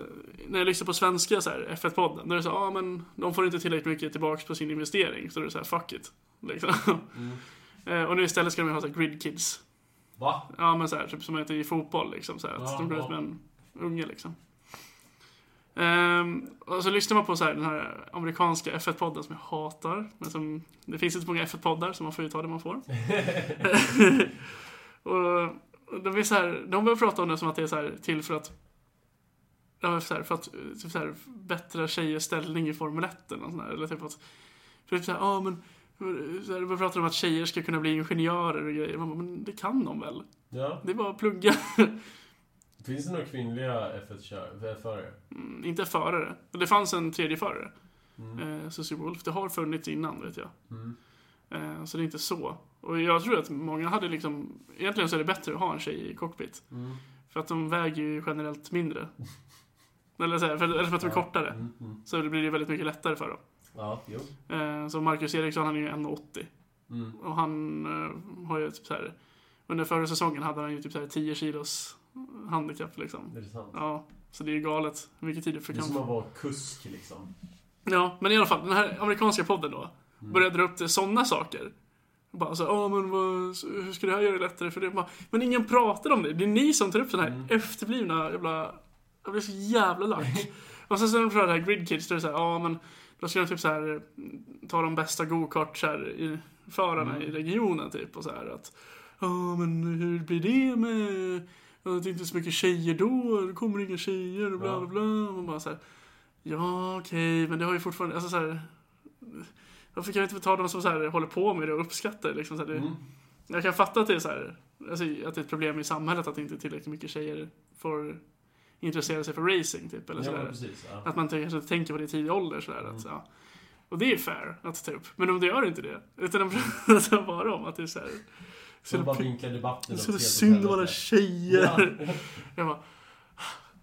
Speaker 1: när jag lyssnar på svenska så här, F1-podden, då är det så ja ah, men de får inte tillräckligt mycket tillbaks på sin investering. Så då är det så här, fuck it. Liksom.
Speaker 2: Mm.
Speaker 1: Eh, och nu istället ska de ju ha så här, grid kids.
Speaker 2: Va?
Speaker 1: Ja men så här, typ som heter i fotboll liksom. Så här, att
Speaker 2: Ja,
Speaker 1: de går
Speaker 2: ja.
Speaker 1: ut med en unge liksom. Ehm, och så lyssnar man på så här, den här amerikanska F1-podden som jag hatar. Men som, det finns inte så många F1-poddar så man får ju ta det man får. och de, är så här, de börjar prata om det som att det är så här, till för att Ja, så här, för att typ så här, bättra tjejers ställning i Formel 1 eller något sånt där. Eller typ att... För typ så här, ah, men... Så här, de pratar om att tjejer ska kunna bli ingenjörer och grejer. Man bara, men det kan de väl?
Speaker 2: Ja.
Speaker 1: Det är bara att plugga.
Speaker 2: Finns det några kvinnliga F1-förare?
Speaker 1: Mm, inte förare. Det fanns en tredje förare,
Speaker 2: Mm.
Speaker 1: eh, Susie Wolf. Det har funnits innan, vet jag.
Speaker 2: Mm.
Speaker 1: Eh, så det är inte så. Och jag tror att många hade liksom... Egentligen så är det bättre att ha en tjej i cockpit.
Speaker 2: Mm.
Speaker 1: För att de väger ju generellt mindre. eller, så här, för, eller för att de är
Speaker 2: Ja.
Speaker 1: kortare.
Speaker 2: Mm. Mm.
Speaker 1: Så det blir ju väldigt mycket lättare för dem.
Speaker 2: Ja, jo.
Speaker 1: Eh, så Marcus Eriksson, han är ju 1,80.
Speaker 2: Mm.
Speaker 1: Och han eh, har ju typ så här... Under förra säsongen hade han ju typ så här 10 kilos handikapp liksom.
Speaker 2: Det är sant.
Speaker 1: Ja, så det är ju galet hur mycket tid det
Speaker 2: Det är
Speaker 1: förkan
Speaker 2: som att vara kusk, liksom.
Speaker 1: Ja, men i alla fall, den här amerikanska podden då
Speaker 2: Mm.
Speaker 1: började dra upp till sådana saker. Bara så, ja men vad, så- hur ska det här göra det lättare för det? Bara, men ingen pratar om det. Det är ni som tar upp den här
Speaker 2: Mm.
Speaker 1: efterblivna jävla... Jag blir så jävla lack. Och sen så när de pratar det här Grid Kids, då är det såhär, ja men då ska de typ så här ta de bästa gokart så här i
Speaker 2: Mm.
Speaker 1: förarna i regionen typ och så här att ja men hur blir det med att det inte är så mycket tjejer då, det kommer inga tjejer och bla
Speaker 2: Ja.
Speaker 1: bla bla. Man bara så här, ja okej men det har ju fortfarande, alltså så här Varför kan vi inte ta de som så här, håller på med det och uppskattar det, liksom, så här, det?
Speaker 2: Mm.
Speaker 1: Jag kan fatta att det är så här, alltså, att det är ett problem i samhället att inte tillräckligt mycket tjejer får intressera sig för racing, typ. Eller
Speaker 2: ja,
Speaker 1: sådär.
Speaker 2: men precis. Mm. Ja.
Speaker 1: Att man t- kanske inte tänker på det i tidig ålder. Sådär, att, ja. Och det är ju fair att ta upp. Men om du gör inte det, utan de pratar bara om att det är såhär... Så
Speaker 2: Så bara
Speaker 1: det
Speaker 2: vinklar debatten
Speaker 1: är
Speaker 2: åt
Speaker 1: så
Speaker 2: helt åt
Speaker 1: synd om alla
Speaker 2: helvete.
Speaker 1: tjejer. Jag bara...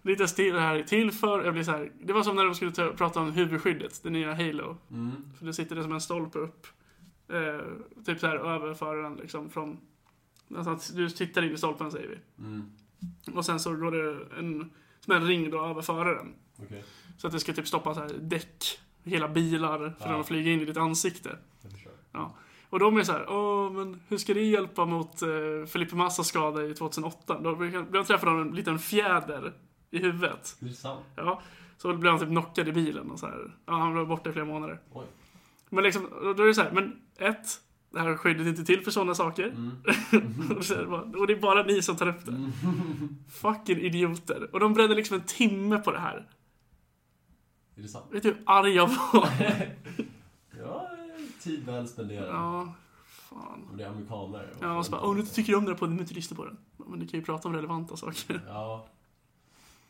Speaker 1: Det är inte ens det det här är till för. Jag blir så här, det var som när de skulle ta, prata om huvudskyddet, det nya Halo.
Speaker 2: Mm.
Speaker 1: För det sitter det som en stolpe upp. Eh, typ såhär över föraren liksom från... Alltså att du tittar in i stolpen säger vi.
Speaker 2: Mm.
Speaker 1: Och sen så går det en, som en ring då över föraren.
Speaker 2: Okej.
Speaker 1: Så att det ska typ stoppa så här däck, hela bilar, för
Speaker 2: Ja.
Speaker 1: de flyger in i ditt ansikte.
Speaker 2: Jag förstår.
Speaker 1: Och de är så här, åh men hur ska det hjälpa mot eh, Felipe Massas skada i 2008? Då blev blev han träffad av en liten fjäder i huvudet.
Speaker 2: Det är sant.
Speaker 1: Ja. Så blev han typ knockad i bilen och så här. Ja, han blev borta i flera månader.
Speaker 2: Oj.
Speaker 1: Men liksom, och då är det så här, men ett, det här skyddet är inte till för sådana saker.
Speaker 2: Mm.
Speaker 1: och, så här, bara, och det är bara ni som tar upp det. Fucking idioter. Och de brände liksom en timme på det här.
Speaker 2: Är det sant?
Speaker 1: Vet du hur arg jag var?
Speaker 2: Ja, eh, tid väl spenderad.
Speaker 1: ja, fan.
Speaker 2: Om det är amerikaner.
Speaker 1: Ja, och så bara, åh, nu tycker du om den här podden, men inte lyssna på den. Ja, Men du kan ju prata om relevanta saker.
Speaker 2: Ja.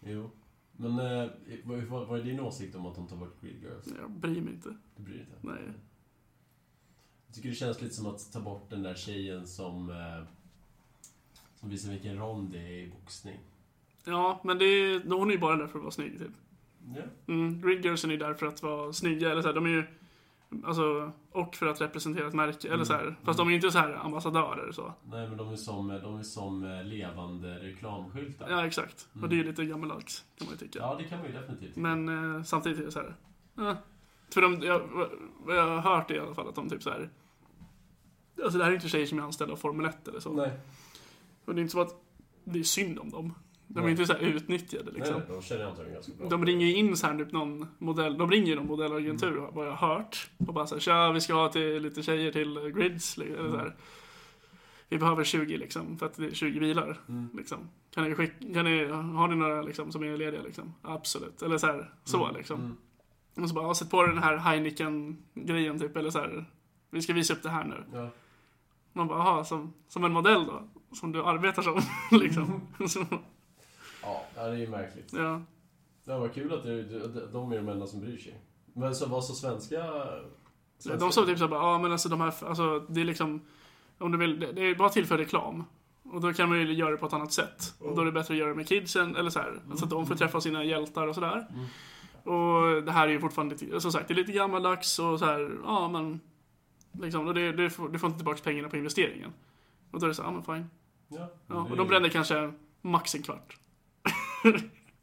Speaker 2: Jo. Men eh, vad, vad vad är din åsikt om att de tar bort Greed Girls?
Speaker 1: Jag bryr mig inte.
Speaker 2: Du bryr dig inte?
Speaker 1: Nej.
Speaker 2: Jag tycker det känns lite som att ta bort den där tjejen som, eh, som visar vilken rond det är i boxning.
Speaker 1: Ja, men det är, hon är ju bara där för att vara snygg, typ.
Speaker 2: Ja.
Speaker 1: Mm, Red Girlsen är ju där för att vara snygga, eller så här, de är ju... Alltså, och för att representera ett märke,
Speaker 2: Mm.
Speaker 1: eller så här. Fast de är ju inte så här ambassadörer så.
Speaker 2: Nej, men de är som, de är som eh, levande reklamskyltar.
Speaker 1: Ja, exakt. Och
Speaker 2: Mm.
Speaker 1: det är ju lite gammaldags, kan man ju tycka.
Speaker 2: Ja, det kan man ju definitivt.
Speaker 1: Men eh, samtidigt är det så här... Eh. För de, jag, vad jag har hört i alla fall att de typ så här... Alltså det här är ju inte tjejer som är anställda av Formel 1 eller så.
Speaker 2: Nej,
Speaker 1: Och det är inte som att det är synd om dem. De är
Speaker 2: Nej.
Speaker 1: inte så här utnyttjade liksom.
Speaker 2: nej, de känner jag antagligen ganska bra.
Speaker 1: De ringer ju in så här typ någon modell, de ringer ju någon modellagentur
Speaker 2: Mm.
Speaker 1: vad jag har hört. Och bara såhär, tja vi ska ha till, lite tjejer till eh, grids. li- Eller så här. Vi behöver 20 liksom, för att det är 20 bilar.
Speaker 2: Mm.
Speaker 1: Liksom. Kan ni skicka, kan ni, har ni några liksom, som är lediga liksom? Absolut. Eller så här, så liksom.
Speaker 2: Mm.
Speaker 1: Och så bara, ja, sätt på den här Heineken-grejen typ, eller så här. Vi ska visa upp det här nu.
Speaker 2: Ja.
Speaker 1: Man bara, aha, som, som en modell då? Som du arbetar som, liksom.
Speaker 2: Mm.
Speaker 1: Så,
Speaker 2: ja, det är ju märkligt.
Speaker 1: ja.
Speaker 2: Ja, vad kul att det, det- de är de enda som bryr sig. Men så var så svenska... svenska
Speaker 1: De sa typ såhär, bara, ja men alltså de här, alltså det är liksom, om du vill, det det är bara till för reklam. Och då kan man ju göra det på ett annat sätt. Och då är det bättre att göra det med kidsen, eller så här. Så att de får träffa sina hjältar och sådär. Och det här är ju fortfarande, lite- som sagt, det är lite gammaldags och så här, ja men, liksom, och det, det får, du får inte tillbaka pengarna på investeringen. Och då är det såhär, ja men fine.
Speaker 2: Ja,
Speaker 1: Ja,
Speaker 2: det
Speaker 1: och
Speaker 2: är-
Speaker 1: de brände kanske max en kvart.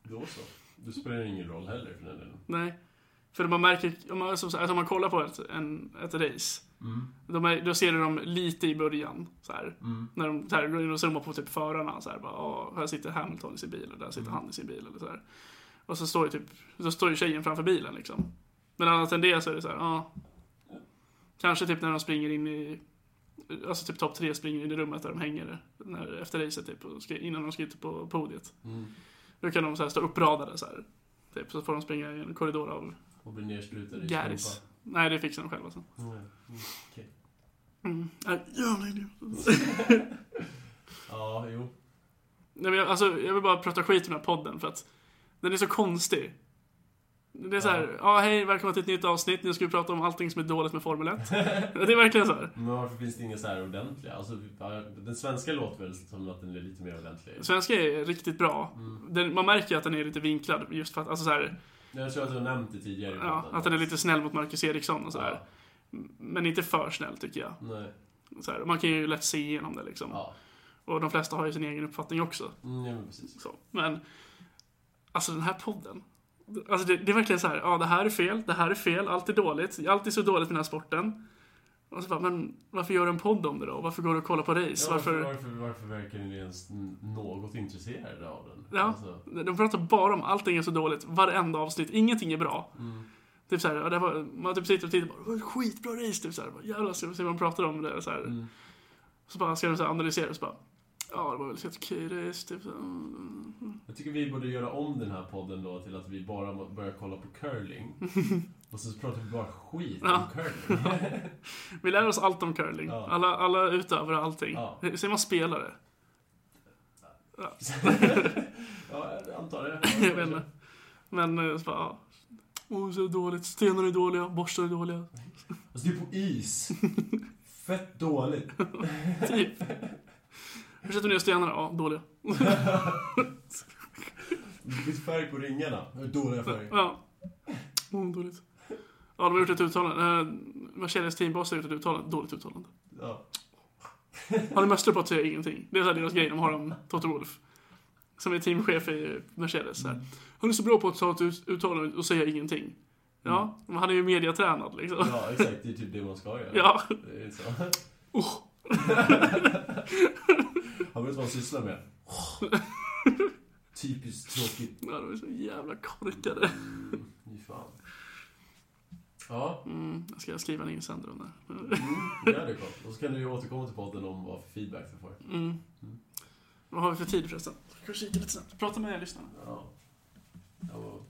Speaker 2: Då så. Det spelar ingen roll heller för den delen.
Speaker 1: Nej. För man märker, om man, som sagt, alltså om man kollar på ett, en, ett race, de är, då ser du dem lite i början. Så här, När de så här, går in och zoomar på typ förarna. Så här, bara, "Åh, här sitter Hamilton i sin bil och där sitter han i sin bil. Eller så här. Och så står, ju typ, så står ju tjejen framför bilen. Liksom. Men annat än det så är det så här, ja. Kanske typ när de springer in i, alltså typ topp tre springer in i rummet där de hänger när, efter racet typ, och ska, innan de ska ut på podiet.
Speaker 2: Mm.
Speaker 1: Då kan de så här, stå uppradade så här. Typ, så får de springa i en korridor av
Speaker 2: Och blir nerstrutade i
Speaker 1: Gäris. Nej, det fixar de själva sen.
Speaker 2: strumpa. Mm. Okej.
Speaker 1: Mm. Nej, jävla idiot.
Speaker 2: Ja, jo.
Speaker 1: Nej, men jag, alltså, jag vill bara prata skit om den här podden för att den är så konstig. Det är så här, ja hej, välkomna till ett nytt avsnitt. Nu ska vi prata om allting som är dåligt med Formel 1. det är verkligen så här.
Speaker 2: Men varför finns det inga så här ordentliga? Alltså, vi- ja, den svenska låter väl som att den är lite mer ordentlig? Mm.
Speaker 1: Svenska är riktigt bra. Den, man märker ju att den är lite vinklad just för att, alltså så här,
Speaker 2: Jag tror att du har nämnt det tidigare i
Speaker 1: ja,
Speaker 2: podden.
Speaker 1: att den är lite snäll mot Marcus Eriksson och sådär.
Speaker 2: Ja,
Speaker 1: Men inte för snäll tycker jag.
Speaker 2: nej.
Speaker 1: Så här, man kan ju lätt se igenom det liksom.
Speaker 2: Ja.
Speaker 1: Och de flesta har ju sin egen uppfattning också.
Speaker 2: Mm, ja, men precis.
Speaker 1: Så. Men, alltså den här podden. Alltså det, det är verkligen så här, ja det här är fel, det här är fel, allt är dåligt, allt är så dåligt med den här sporten. Och så bara, men varför gör du en podd om det då? Varför går du och kollar på race?
Speaker 2: Ja, varför,
Speaker 1: varför...
Speaker 2: varför, varför verkar ni ens n- något intresserade av den?
Speaker 1: Ja.
Speaker 2: Alltså,
Speaker 1: De pratar bara om allting är så dåligt, varenda avsnitt, ingenting är bra.
Speaker 2: mm.
Speaker 1: Typ såhär, ja, det var, man typ sitter och tittar och bara, "Åh, skitbra
Speaker 2: Mm.
Speaker 1: race, typ såhär, jävlar, så ser man pratar om det så här. Så bara ska de så här analysera och så bara, Ja, det var väl helt kyris, typ. så. Mm.
Speaker 2: Jag tycker vi borde göra om den här podden då till att vi bara må- börjar kolla på curling. Och så pratar vi bara skit om
Speaker 1: Ja.
Speaker 2: curling.
Speaker 1: Vi lär oss allt om curling.
Speaker 2: Ja.
Speaker 1: Alla, alla utövare och allting.
Speaker 2: Ja.
Speaker 1: Hur Säger man spelare?
Speaker 2: ja, jag antar det.
Speaker 1: Jag vet inte. Men eh, så bara, ja. Oh, så dåligt. Stenar är dåliga, borstar är dåliga.
Speaker 2: Alltså det är på is. Fett dåligt.
Speaker 1: Typ. Hur sätter du ner stenarna? Ja, dåliga.
Speaker 2: Byt färg på ringarna. Dåliga färger.
Speaker 1: Ja. Mm, dåligt. Ja, de har gjort ett uttalande. Eh, Mercedes teamboss har gjort ett uttalande. Dåligt uttalande.
Speaker 2: Ja.
Speaker 1: Han är mästare på att säga ingenting. Det är så här deras grej de har om Toto Wolff. Som är teamchef i Mercedes. Så
Speaker 2: Mm.
Speaker 1: här. Han är så bra på att ta ett ut- uttalande och säga ingenting. Ja,
Speaker 2: Mm.
Speaker 1: men han är ju mediatränad liksom.
Speaker 2: ja, exakt. Det är typ det man ska göra.
Speaker 1: Ja,
Speaker 2: Det är inte så. Han vet vad han sysslar med. Typiskt tråkigt.
Speaker 1: ja de är så jävla korkade.
Speaker 2: Fy fan. Ja,
Speaker 1: Mm, jag ska skriva en insändare om det. här.
Speaker 2: mm, gör det gott. Och så kan du ju återkomma till podden om vad för feedback du får.
Speaker 1: Mm. Vad har vi för tid förresten? Ska vi kika lite snabbt? Prata med lyssnarna.
Speaker 2: Ja. ja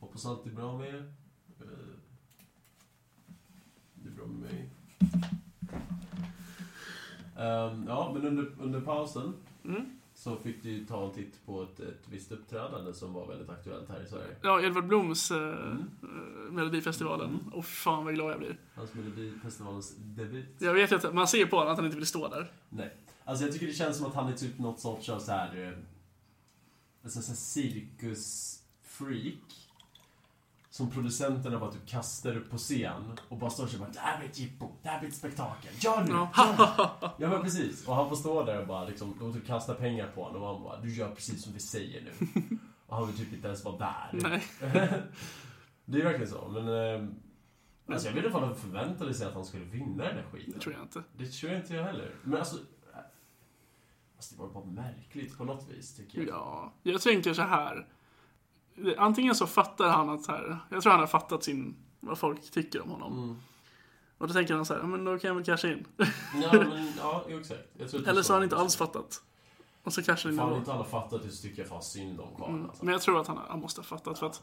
Speaker 2: hoppas allt är bra med er. Eh, Det är bra med mig. Ehm, ja, men under, under pausen
Speaker 1: Mm.
Speaker 2: så fick du ju ta en titt på ett, ett visst uppträdande som var väldigt aktuellt här i Sverige.
Speaker 1: Ja, Edvard Bloms eh,
Speaker 2: Mm.
Speaker 1: eh, Melodifestivalen.
Speaker 2: Mm.
Speaker 1: Åh fan vad glad jag blir.
Speaker 2: Hans Melodifestivalens debut.
Speaker 1: Jag vet ju att man ser på honom att han inte vill stå där.
Speaker 2: Nej. Alltså jag tycker det känns som att han är typ något sorts av så här, eh, alltså så här cirkusfreak. Som producenterna bara typ kastar upp på scen och bara står och bara Det här blir ett jippo, det här blir ett spektakel, gör nu!
Speaker 1: Ja.
Speaker 2: gör nu." ja men precis. Och han får stå där och bara liksom, de typ kastar pengar på honom och han bara Du gör precis som vi säger nu. och han vill typ inte ens vara där.
Speaker 1: Nej.
Speaker 2: det är verkligen så, men... Eh, alltså jag vet inte om han förväntade sig att han skulle vinna den här skiten.
Speaker 1: Det tror jag inte.
Speaker 2: Det tror jag inte jag heller. Men alltså... äh, alltså det var bara märkligt på något vis, tycker jag.
Speaker 1: Ja, jag tänker så här. Det- Antingen så fattar han att så här, jag tror han har fattat sin, vad folk tycker om honom.
Speaker 2: Mm.
Speaker 1: Och då tänker han så här, "Ja, men då kan jag väl casha in.
Speaker 2: Ja, men ja, jo, exakt. Jag tror att
Speaker 1: Eller
Speaker 2: du
Speaker 1: så har han
Speaker 2: sa-
Speaker 1: inte alls fattat. Och så cashar han in
Speaker 2: Fan, har
Speaker 1: ändå.
Speaker 2: inte alla fattat det så tycker jag fan synd om karln.
Speaker 1: Mm.
Speaker 2: Alltså.
Speaker 1: Men jag tror att han, han måste ha fattat för att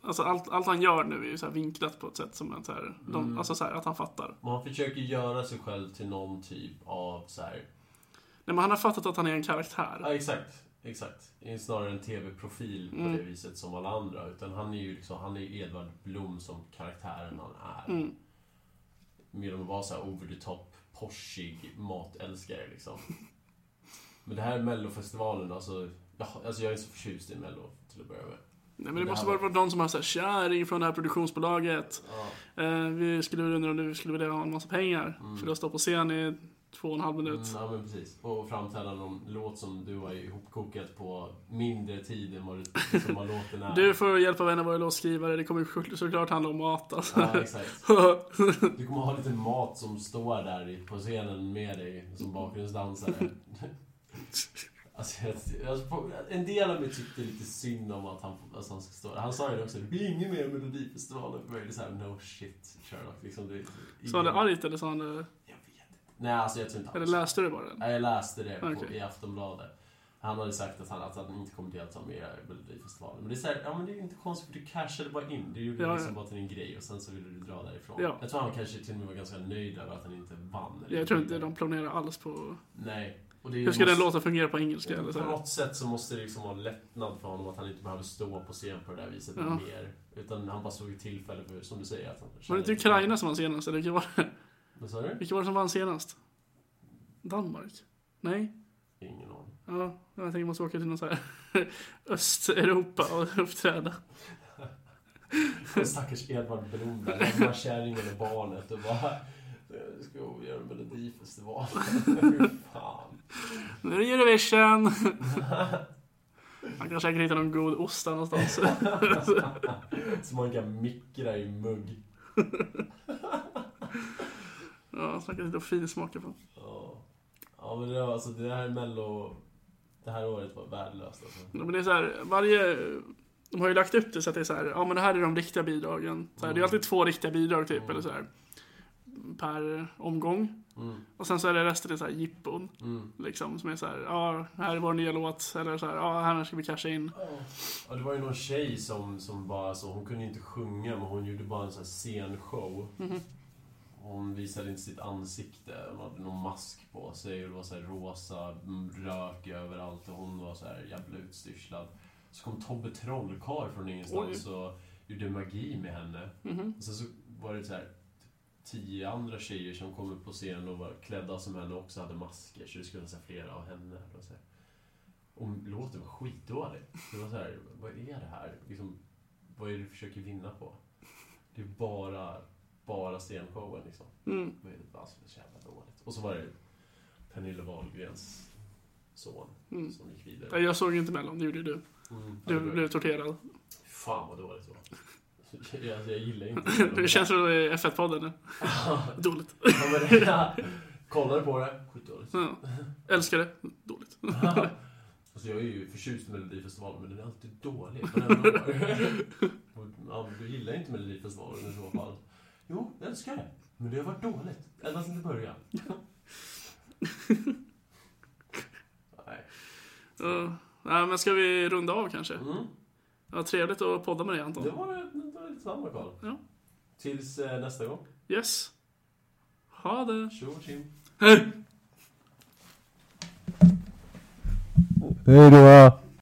Speaker 1: alltså, allt, allt han gör nu är ju så här vinklat på ett sätt som att, så här, de,
Speaker 2: Mm.
Speaker 1: alltså, så här, att han fattar. Nej,
Speaker 2: Man försöker göra sig själv till någon typ av så här...
Speaker 1: men han har fattat att han är en karaktär.
Speaker 2: Ja, exakt. Exakt. Det är snarare en TV-profil på
Speaker 1: Mm.
Speaker 2: det viset som alla andra. Utan han är ju liksom, han är ju Edvard Blom som karaktären han är.
Speaker 1: Mm.
Speaker 2: Mer än att vara så här over the top, porschig matälskare liksom. Men det här är mellofestivalen, alltså, ja, alltså jag är så förtjust i mello till att börja med.
Speaker 1: Nej, men
Speaker 2: Det
Speaker 1: det måste
Speaker 2: här
Speaker 1: bara vara någon som har så här, kärring från det här produktionsbolaget.
Speaker 2: Ja,
Speaker 1: Eh, vi skulle väl undra om du skulle vilja ha en massa pengar.
Speaker 2: Mm.
Speaker 1: För du har stått på scen i två och en halv minut.
Speaker 2: mm, ja men precis. Och framträdande om låt som du har ihopkokat på mindre tid än vad, det, liksom, vad låten är.
Speaker 1: Du får hjälp av en av våra låtskrivare. Det kommer ju såklart handla om mat alltså.
Speaker 2: Ja, exakt. Du kommer ha lite mat som står där i- på scenen med dig som bakgrundsdansare. Alltså, jag- alltså, på- en del av mig tyckte lite synd om att han, alltså, han ska stå där. Han sa ju det också, det blir ingen mer Melodifestivalen för mig. Det är såhär, no shit Sherlock. Liksom, det,
Speaker 1: Så han är argt eller så han... eh,
Speaker 2: Jag vet inte. Nej, alltså jag tror inte
Speaker 1: Eller
Speaker 2: han...
Speaker 1: läste du bara den?
Speaker 2: Nej, jag läste det på,
Speaker 1: Okej.
Speaker 2: i Aftonbladet. Han hade sagt att han, att han inte kommer delta mer i Melodifestivalen. Men det är såhär, ja men det är ju inte konstigt för du cashade bara in. Du gjorde
Speaker 1: Ja,
Speaker 2: liksom
Speaker 1: ja.
Speaker 2: bara till din grej och sen så ville du dra därifrån.
Speaker 1: Ja.
Speaker 2: Jag tror han kanske till och med var ganska nöjd över att han inte vann. eller
Speaker 1: Jag tror
Speaker 2: inte
Speaker 1: inte de planerar alls på...
Speaker 2: Nej. Och det
Speaker 1: Hur ska
Speaker 2: måste-
Speaker 1: den låten fungera på engelska eller
Speaker 2: på
Speaker 1: så? här?
Speaker 2: något sätt så måste det liksom vara en lättnad för honom att han inte behöver stå på scen på det där viset
Speaker 1: Ja.
Speaker 2: mer. Utan han bara såg ett tillfälle, för, som du säger, att han
Speaker 1: Var det inte Ukraina som vann senast? Eller vilka var det?
Speaker 2: Vad sa du?
Speaker 1: Vilka var det som vann senast? Danmark? Nej?
Speaker 2: Ingen aning.
Speaker 1: Ja, jag tänker måste åka till någon så här Östeuropa och uppträda.
Speaker 2: Den stackars Edvard Blom där, den här kärringen och barnet och bara... "Jag "Eh, Ska jag göra en melodifestival? Fy fan.
Speaker 1: Nu är det Eurovision! Man kan säkert hitta någon god ost där någonstans.
Speaker 2: Så man kan mikra i mugg.
Speaker 1: Ja, så man kan sitta och finsmaka på.
Speaker 2: Ja, Ja, men det, var, alltså, det här mello... Det här året var värdelöst alltså.
Speaker 1: Ja, Men det är så här, varje... De har ju lagt upp det så att det är så här, ja men det här är de riktiga bidragen. Så här, Det är alltid två riktiga bidrag typ, eller så här. per omgång.
Speaker 2: Mm.
Speaker 1: Och sen så är det resten i så här jippon.
Speaker 2: Mm.
Speaker 1: Liksom, som är så här, ja, här är vår nya låt. Eller så här, ja, här ska vi casha in.
Speaker 2: Ja, det var ju någon tjej som, som bara så, hon kunde inte sjunga men hon gjorde bara en sån här scenshow.
Speaker 1: Mhm.
Speaker 2: Hon visade inte sitt ansikte, hon hade någon mask på sig och det var så här rosa mm, rök överallt och hon var så här jävla utstyrslad. Så kom Tobbe Trollkarl från ingenstans och gjorde magi med henne.
Speaker 1: Mhm.
Speaker 2: Och sen så var det så här typ tio andra tjejer som kom upp på scenen och var klädda som henne och också hade masker. Så det skulle vara så här flera av henne. Det var så här. Och låten var skitdålig. Det var så här, vad är det här? Liksom, vad är det du försöker vinna på? Det är bara, bara scenshowen liksom.
Speaker 1: Mm.
Speaker 2: Men det var så jävla dåligt. Och så var det Pernilla Wahlgrens son
Speaker 1: Mm.
Speaker 2: som gick
Speaker 1: Nej,
Speaker 2: vidare.
Speaker 1: Jag såg inte Mellon, det gjorde ju du.
Speaker 2: Mm. Ja, det
Speaker 1: Du
Speaker 2: var-
Speaker 1: blev torterad.
Speaker 2: Fan vad dåligt det var. Jag, jag gillar
Speaker 1: Det
Speaker 2: inte
Speaker 1: känns som det är F1-podden nu. Dåligt.
Speaker 2: Ja, men det Kollade på det, skitdåligt.
Speaker 1: Ja. Älskar det. Dåligt.
Speaker 2: alltså jag är ju förtjust i Melodifestivalen, men den är alltid dålig. varenda år. Och, ja, men du gillar inte Melodifestivalen i så fall. Jo, jag älskar det. Men det har varit dåligt. Ända sedan det började. Nej.
Speaker 1: Ja. Nej, men ska vi runda av kanske?
Speaker 2: Mm.
Speaker 1: Ja, trevligt att podda med dig
Speaker 2: Det
Speaker 1: Anton.
Speaker 2: var det var lite samma Karl.
Speaker 1: Ja.
Speaker 2: Tills eh, nästa gång.
Speaker 1: Yes. Ha det.
Speaker 2: Tjo och tjim.
Speaker 1: Hej!
Speaker 3: Hej då!